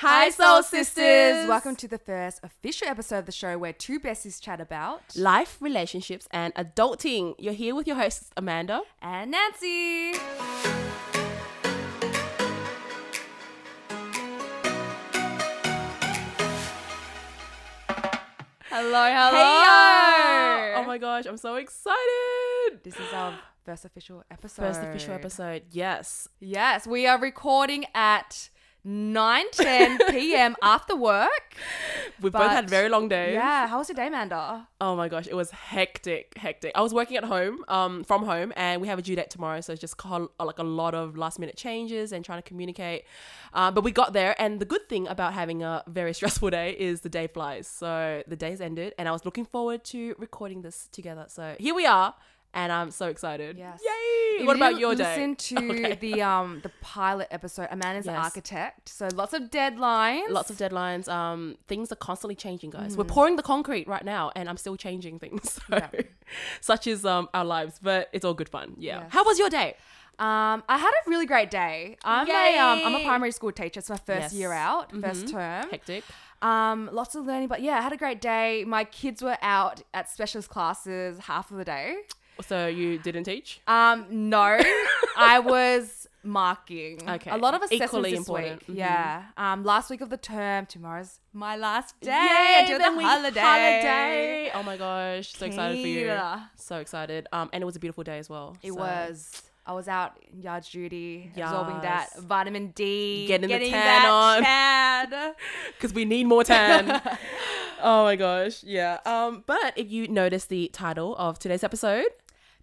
Hi, Soul Sisters! Welcome to the first official episode of the show where two besties chat about life, relationships, and adulting. You're here with your hosts, Amanda. and Nancy. Hello, hello! Oh my gosh, I'm so excited! This is our first official episode. first official episode. Yes. Yes, we are recording at 9:10 p.m. after work. We've both But- had very long days. Yeah, how was your day, Amanda? Oh my gosh, it was hectic, hectic. I was working at home, um, from home, and we have a due date tomorrow, so it's just col- uh, like a lot of last minute changes and trying to communicate. Um, but we got there, and the good thing about having a very stressful day is the day flies. So the day's ended, and I was looking forward to recording this together. So here we are, and I'm so excited. Yes. Yay! If what you about your day? Listen to Okay. the um the pilot episode. Amanda's an Yes. architect, so lots of deadlines. Lots of deadlines. Um, things are constantly changing, guys. We're pouring the concrete right now, and I'm still changing things. So, Mm-hmm. Yeah. such is um our lives, but it's all good fun. Yeah. Yes. How was your day? Um, I had a really great day. I'm a um, I'm a Yay. primary school teacher. It's my first Yes. Mm-hmm. year out, first term. Hectic. Um, lots of learning, but yeah, I had a great day. My kids were out at specialist classes half of the day. So you didn't teach? Um, no, I was marking. Okay. A lot of assessments Equally this important. week. Mhm. Yeah. Um, last week of the term. Tomorrow's my last day. Yay, until then the we- holiday. holiday. Oh my gosh, so excited for you. Kira. So excited. Um, and it was a beautiful day as well. It so. was. I was out in yard duty, absorbing that Yes. vitamin D, Getting the tan on. that tan. because we need more tan. oh my gosh, yeah. Um, but if you notice the title of today's episode,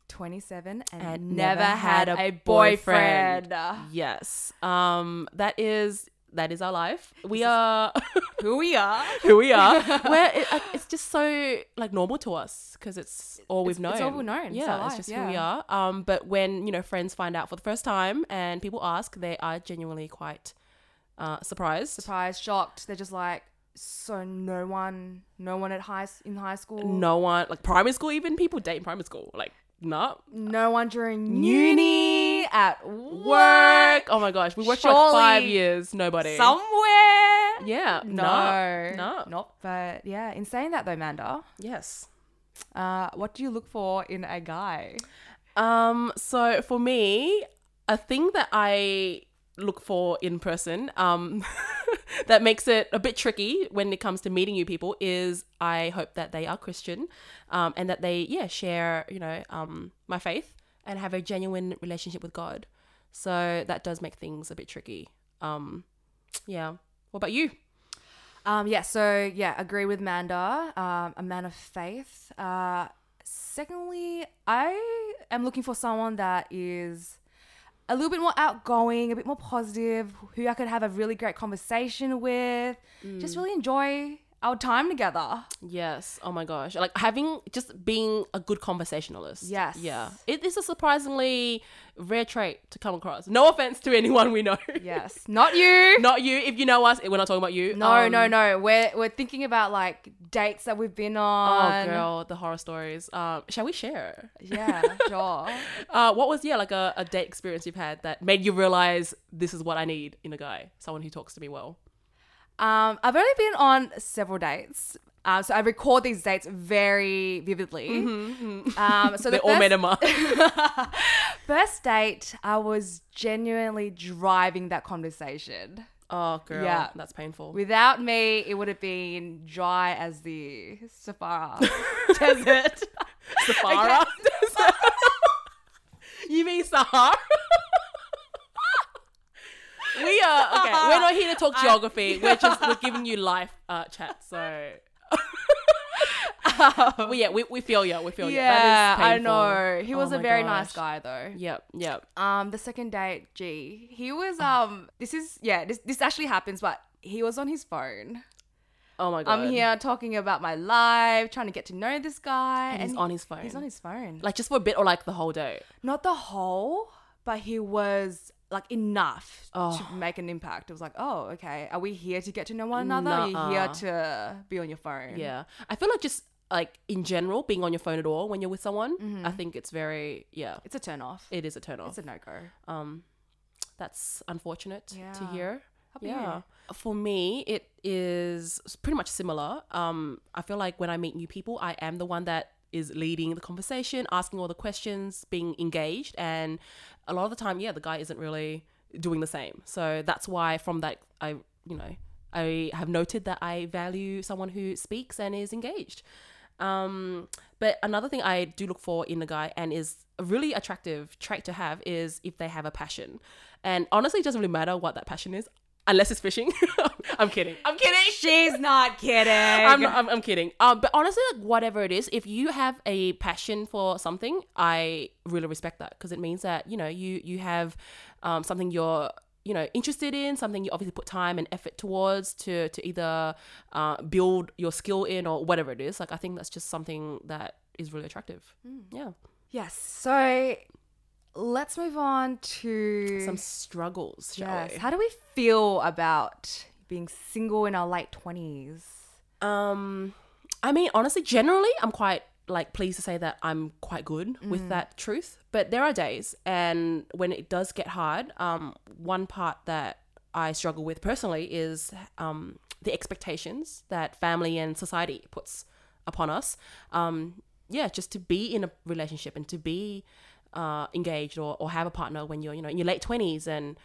27 and, And never, had, a boyfriend. yes, um, that is that is our life. We are Who we are. who we are. Where it, like, it's just so like normal to us because it's all we've known. it's all we've known. It's Yeah, our life, just yeah. who we are. Um, but when you know friends find out for the first time and people ask, they are genuinely quite uh, surprised. Surprised, shocked. They're just like, so no one, no one at high s- in high school. No one like primary school. Even people date in primary school. Like not No one during uni, uni at work, work. Oh my gosh, we worked for like five Surely years. Nobody. somewhere. yeah. No, No. No. Not, but yeah. In saying that though, Manda, Yes. uh, what do you look for in a guy? Um, so for me, a thing that I look for in person, um, that makes it a bit tricky when it comes to meeting new people is I hope that they are Christian, um, and that they yeah share you know um my faith and have a genuine relationship with God. So that does make things a bit tricky. Um, yeah. What about you? Um, yeah, so yeah, agree with Manda, um, a man of faith. Uh, secondly, I am looking for someone that is a little bit more outgoing, a bit more positive, who I could have a really great conversation with, Mm. just really enjoy our time together. Yes. Oh my gosh. Like having just being a good conversationalist. Yes. Yeah. It is a surprisingly rare trait to come across. No offense to anyone we know. Yes, not you. Not you. If you know us, we're not talking about you. no, Um, no, no. We're we're thinking about like dates that we've been on. Oh girl, the horror stories. Um, shall we share? Yeah, sure. Uh, what was yeah like a, a date experience you've had that made you realize this is what I need in a guy, someone who talks to me well. Um, I've only been on several dates. Um, so I record these dates very vividly. Um, Mm-hmm, they so the all made first, a mark. first date, I was genuinely driving that conversation. oh girl, Yeah. that's painful. Without me, it would have been dry as the Sahara desert. Sahara. you mean Sahara? we are okay. We're not here to talk geography. We're just we're giving you life uh, chat. So. well, Um, Oh, yeah, we, we feel you. We feel you. Yeah, That is I painful. know. He Oh was a my very gosh. nice guy though. Yep, yep. Um, the second date, gee, he was Ah. um. This is yeah. This this actually happens, but he was on his phone. Oh my god. I'm here talking about my life, trying to get to know this guy. And he's on his phone. He's on his phone. Like like just for a bit or like the whole day. not the whole, but he was like enough Oh. to make an impact. It was like, oh, okay. Are we here to get to know one another? Are you here Nuh-uh. to be on your phone? Yeah. I feel like just like in general, being on your phone at all when you're with someone, I Mm-hmm. think it's very yeah. It's a turn off. It is a turn off. It's a no go. um that's unfortunate to Yeah. hear about yeah you? For me, it is pretty much similar. Um, I feel like when I meet new people, I am the one that is leading the conversation, asking all the questions, being engaged, and a lot of the time, yeah, the guy isn't really doing the same. So that's why from that I, you know, I have noted that I value someone who speaks and is engaged. Um, but another thing I do look for in a guy and is a really attractive trait to have is if they have a passion. And honestly, it doesn't really matter what that passion is, unless it's fishing. I'm kidding. I'm kidding. She's not kidding. I'm, not, I'm, I'm kidding. Um, but honestly, like whatever it is, if you have a passion for something, I really respect that because it means that you know you you have um, something you're you know interested in, something you obviously put time and effort towards to to either uh, build your skill in or whatever it is. Like I think that's just something that is really attractive. Yeah, yes. So let's move on to some struggles. Shall Yes. we? How do we feel about being single in our late twenties? Um, I mean, honestly, generally, I'm quite like pleased to say that I'm quite good with that truth. But there are days, and when it does get hard, um, one part that I struggle with personally is um the expectations that family and society puts upon us. Um, yeah, just to be in a relationship and to be uh, engaged or, or have a partner when you're you know in your late twenties and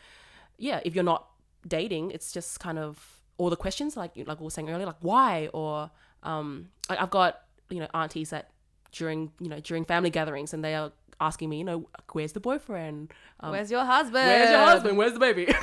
yeah, if you're not dating, it's just kind of all the questions like like we were saying earlier, like why or um, like I've got you know aunties that during you know during family gatherings and they are asking me you know where's the boyfriend, um, Where's your husband? where's your husband, where's the baby,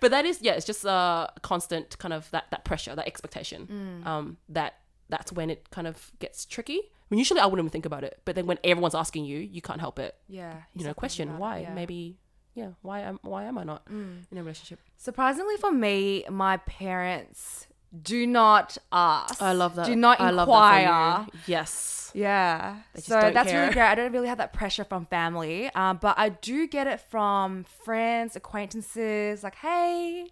but that is yeah, it's just a constant kind of that that pressure, that expectation, um, that that's when it kind of gets tricky. I mean, usually I wouldn't even think about it, but then when everyone's asking you, you can't help it. Yeah. You know, something question about it, why yeah. maybe. Yeah, why am why am I not in a relationship? Surprisingly for me, my parents do not ask. I love that. Do not I inquire. love that for you. Yes. Yeah. just So don't that's really care. great. I don't really have that pressure from family, um, but I do get it from friends, acquaintances. Like, hey,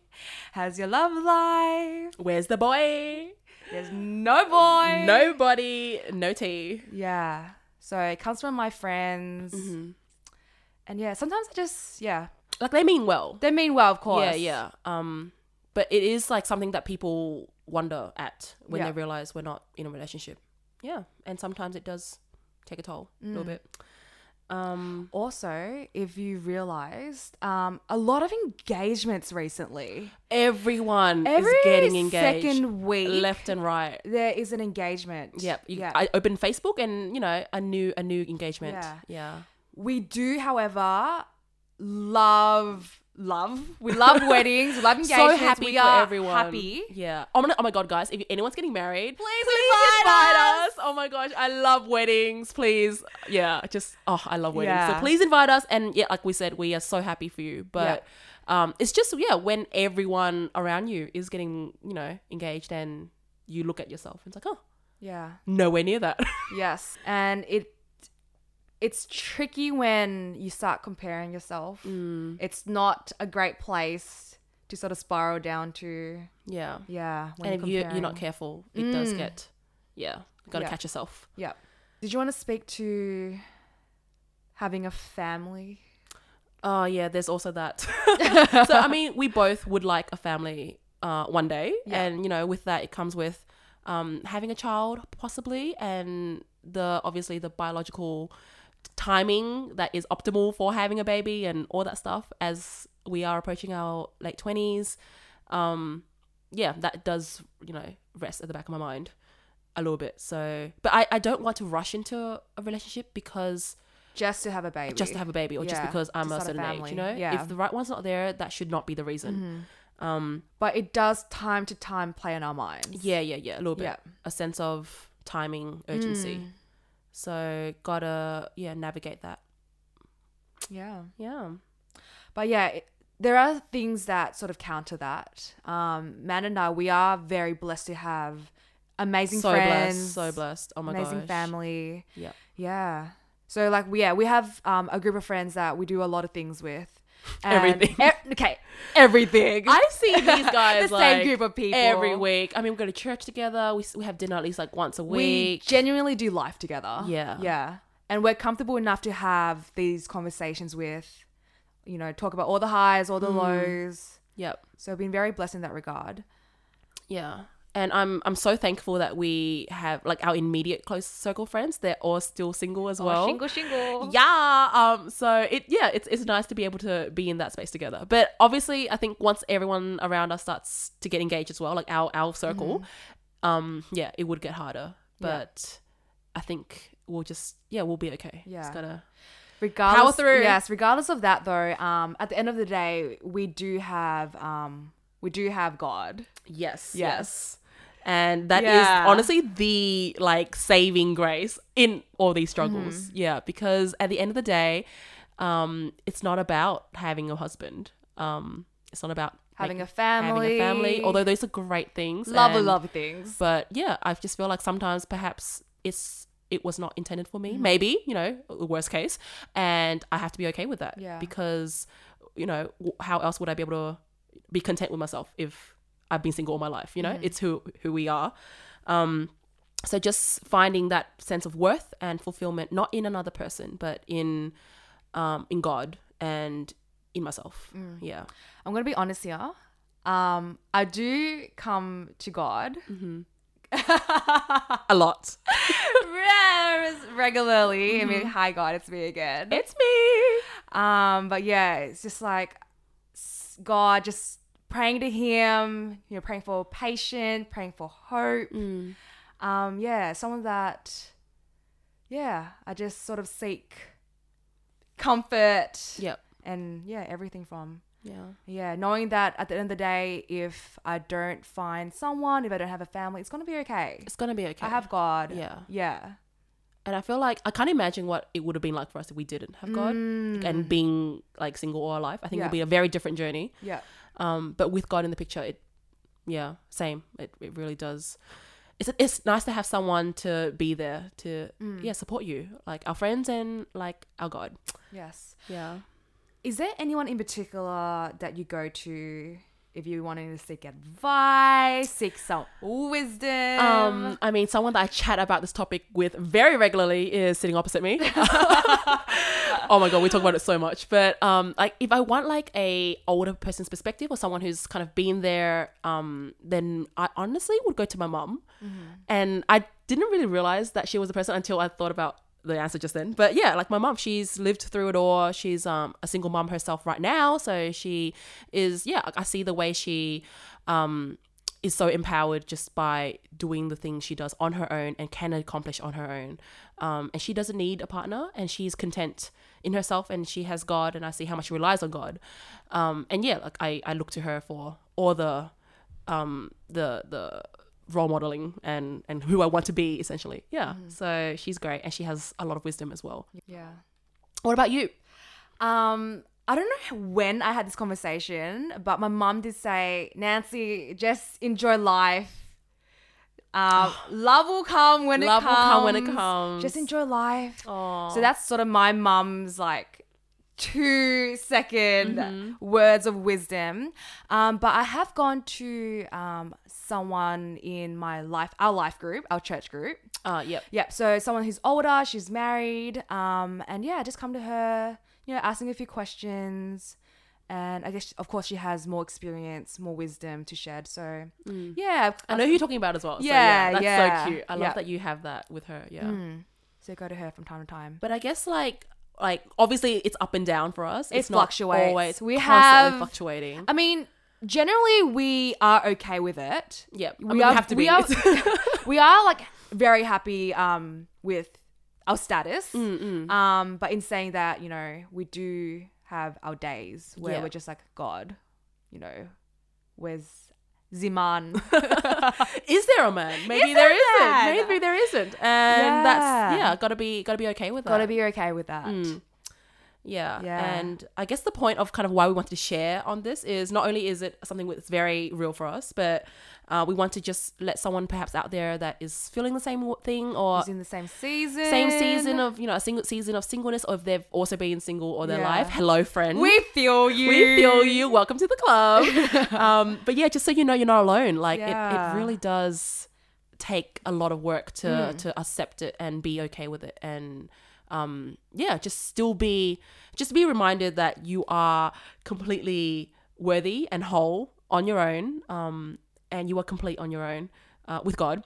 how's your love life? Where's the boy? There's no boy. Nobody. No tea. Yeah. So it comes from my friends, Mm-hmm. and yeah, sometimes I just yeah Like they mean well. they mean well, of course. Yeah, yeah. Um, but it is like something that people wonder at when Yeah. they realize we're not in a relationship. Yeah, and sometimes it does take a toll a little bit. Um, Also, if you realized, um, a lot of engagements recently. everyone Every is getting engaged, second week, left and right. there is an engagement. Yep. You, yeah. I open Facebook and you know a new a new engagement. Yeah. yeah. We do, however, love love. We love weddings. We love engagements. so happy we for are everyone. Happy. Yeah. Oh my, oh my god, guys! If anyone's getting married, Please please invite invite us. us. Oh my gosh, I love weddings. Please, yeah, just oh, I love weddings. Yeah. So please invite us. And yeah, like we said, we are so happy for you. But um, it's just yeah, when everyone around you is getting you know engaged, and you look at yourself, and it's like oh, Yeah. nowhere near that. Yes. And it it's tricky when you start comparing yourself. Mm. It's not a great place to sort of spiral down to. yeah. Yeah. When and if you you're comparing. Mm. not careful, it does get yeah. You gotta Yeah. catch yourself. Yeah. Did you want to speak to having a family? Oh yeah, there's also that. so I mean, we both would like a family uh, one day, Yeah. and you know, with that it comes with um, having a child possibly, and the obviously the biological timing that is optimal for having a baby and all that stuff as we are approaching our late twenties. Um, yeah, that does you know rest at the back of my mind a little bit. So, but I I don't want to rush into a relationship because Just to have a baby. just to have a baby or just Yeah, because I'm to a start a certain age, family. you know? Yeah. Mm-hmm. If the right one's not there, that should not be the reason. Um, but it does time to time play in our minds. yeah, yeah, yeah, a little bit. Yeah. A Mm. sense of timing, urgency. So gotta yeah, navigate that. Yeah. Yeah. But yeah, it, there are things that sort of counter that. Um, Man and I, we are very blessed to have amazing so friends, blessed, so blessed. Oh my god. amazing gosh. family. Yeah. Yeah. So like, we, yeah, we have um, a group of friends that we do a lot of things with. Everything. e- okay, everything. I see these guys the like, same group of people every week. I mean, we go to church together. We, s- we have dinner at least like once a We week. genuinely do life together. Yeah. Yeah. And we're comfortable enough to have these conversations with, you know, talk about all the highs, all the lows. Yep. So I've been very blessed in that regard. Yeah. And I'm I'm so thankful that we have like our immediate close circle friends. They're all still single as well. shingle, shingle. Yeah. Um. So it yeah it's it's nice to be able to be in that space together. But obviously, I think once everyone around us starts to get engaged as well, like our our circle, um. Yeah, it would get harder. But I think we'll just yeah we'll be okay. Yeah. Just gotta regardless through. yes regardless of that though um at the end of the day we do have um we do have god yes Yeah. yes. And that is Yeah. honestly the like saving grace in all these struggles. Yeah, because at the end of the day, um, it's not about having a husband. Um, it's not about having making- a having a family family. Although those are great things, love and- love things But yeah, I just feel like sometimes perhaps it's it was not intended for Mm-hmm. me. Maybe you know, the worst case, and I have to be okay with that. Yeah. Because you know, w- how else would I be able to be content with myself if I've been single all my life? You Mm-hmm. know, it's who who we are. Um, so just finding that sense of worth and fulfillment, not in another person, but in um, in God and in myself. Mm. Yeah. i'm gonna be honest here um i do come to god A lot. Yes, regularly i mean hi god it's me again It's me. Um, but yeah, it's just like s- God, just praying to Him. You know, praying for patience, praying for hope. Um, yeah, someone that, yeah, I just sort of seek comfort. Yep. and yeah, everything from. Yeah. Yeah, knowing that at the end of the day, if I don't find someone, if I don't have a family, it's gonna be okay. It's gonna be okay. I have God. Yeah. yeah. and I feel like I can't imagine what it would have been like for us if we didn't have God Mm. and being like single or alive. I think Yeah. it'd be a very different journey. Yeah. Um, but with God in the picture, it yeah, same. It it really does. It's it's nice to have someone to be there to Mm. yeah support you, like our friends and like our God. Yes. Yeah. Is there anyone in particular that you go to if you wanted to seek advice, seek some wisdom? Um, I mean, someone that I chat about this topic with very regularly is sitting opposite me. oh my god, we talk about it so much. But um, like if I want like a older person's perspective or someone who's kind of been there, um, then I honestly would go to my mum. And I didn't really realize that she was the person until I thought about the answer just then. But yeah, like my mum, she's lived through it all. She's um a single mom herself right now, so she is yeah. I see the way she um is so empowered just by doing the things she does on her own and can accomplish on her own. Um, and she doesn't need a partner and she's content in herself and she has God and I see how much she relies on God. Um, and yeah, like I, I look to her for all the um the the role modeling and and who I want to be essentially. Yeah. Mm. So she's great and she has a lot of wisdom as well. yeah. What about you? Um, I don't know when I had this conversation, but my mum did say, Nancy, just enjoy life. Um, love will come when Oh. Love it comes. will come when it comes. Just enjoy life. Aw. So that's sort of my mum's like two second Mm-hmm. words of wisdom. Um, but I have gone to um, someone in my life, our life group, our church group. Uh yep. Yep. So someone who's older, she's married. Um, and yeah, just come to her, you know, asking a few questions. And I guess, of course, she has more experience, more wisdom to shed. So yeah, Mm. I know who you're talking about as well. So, Yeah, yeah, that's yeah, so cute. I love yeah. Mm. that you have that with her. Yeah. So go to her from time to time. But I guess like like obviously it's up and down for us. It it's not fluctuates. Always, We we have- have fluctuating. I mean, generally we are okay with it. Yep. I we mean, we are, have to we be. are, we are like very happy um with our status. Mm, Mm-hmm. Um, but in saying that, you know, we do have our days where Yeah. we're just like God, you know, where's Ziman? is there a man? Maybe Is there there a man? isn't. Maybe there isn't. And Yeah. that's yeah. Gotta be gotta be okay with that. Gotta be okay with that. Mm. Yeah. Yeah. And I guess the point of kind of why we wanted to share on this is not only is it something that's very real for us, but uh, we want to just let someone perhaps out there that is feeling the same thing or Who's in the same season? same season of you know a single season of singleness or if they've also been single all their Yeah. life hello friend We feel you. we feel you welcome to the club um but yeah just so you know you're not alone like Yeah. Hmm. it, it really does take a lot of work to to accept it and be okay with it and um yeah just still be just be reminded that you are completely worthy and whole on your own, um, and you are complete on your own uh, with God.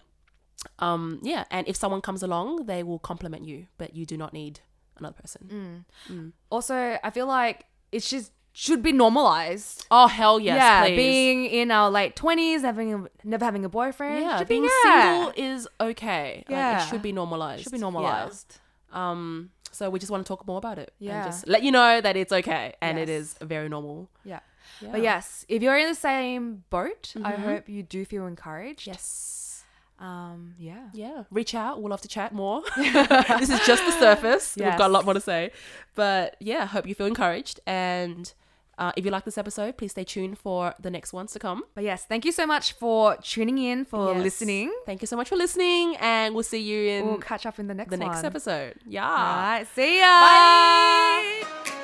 Um, yeah, and if someone comes along, they will compliment you, but you do not need another person. Mm. Also, I feel like it should should be normalized. Oh hell yes, yeah, please. being in our late twenties, having a, never having a boyfriend, yeah, should being be, yeah. single is okay. like, Yeah. it should be normalized. should be Yeah. normalized. Um, so we just want to talk more about it. Yeah. and just let you know that it's okay and it is Yes. very normal. Yeah. But yes, if you're in the same boat, I hope you do feel encouraged. Mm-hmm. yes, Um. Yeah. yeah. Reach out. We'll love to chat more. this is just the surface. We've got a lot Yes. more to say, but yeah, hope you feel encouraged. And uh, if you like this episode, please stay tuned for the next ones to come. But yes, thank you so much for tuning in, for Yes. listening. Thank you so much for listening, and we'll see you in We'll catch up in the next the next one. episode. Yeah. All right. See ya. Bye.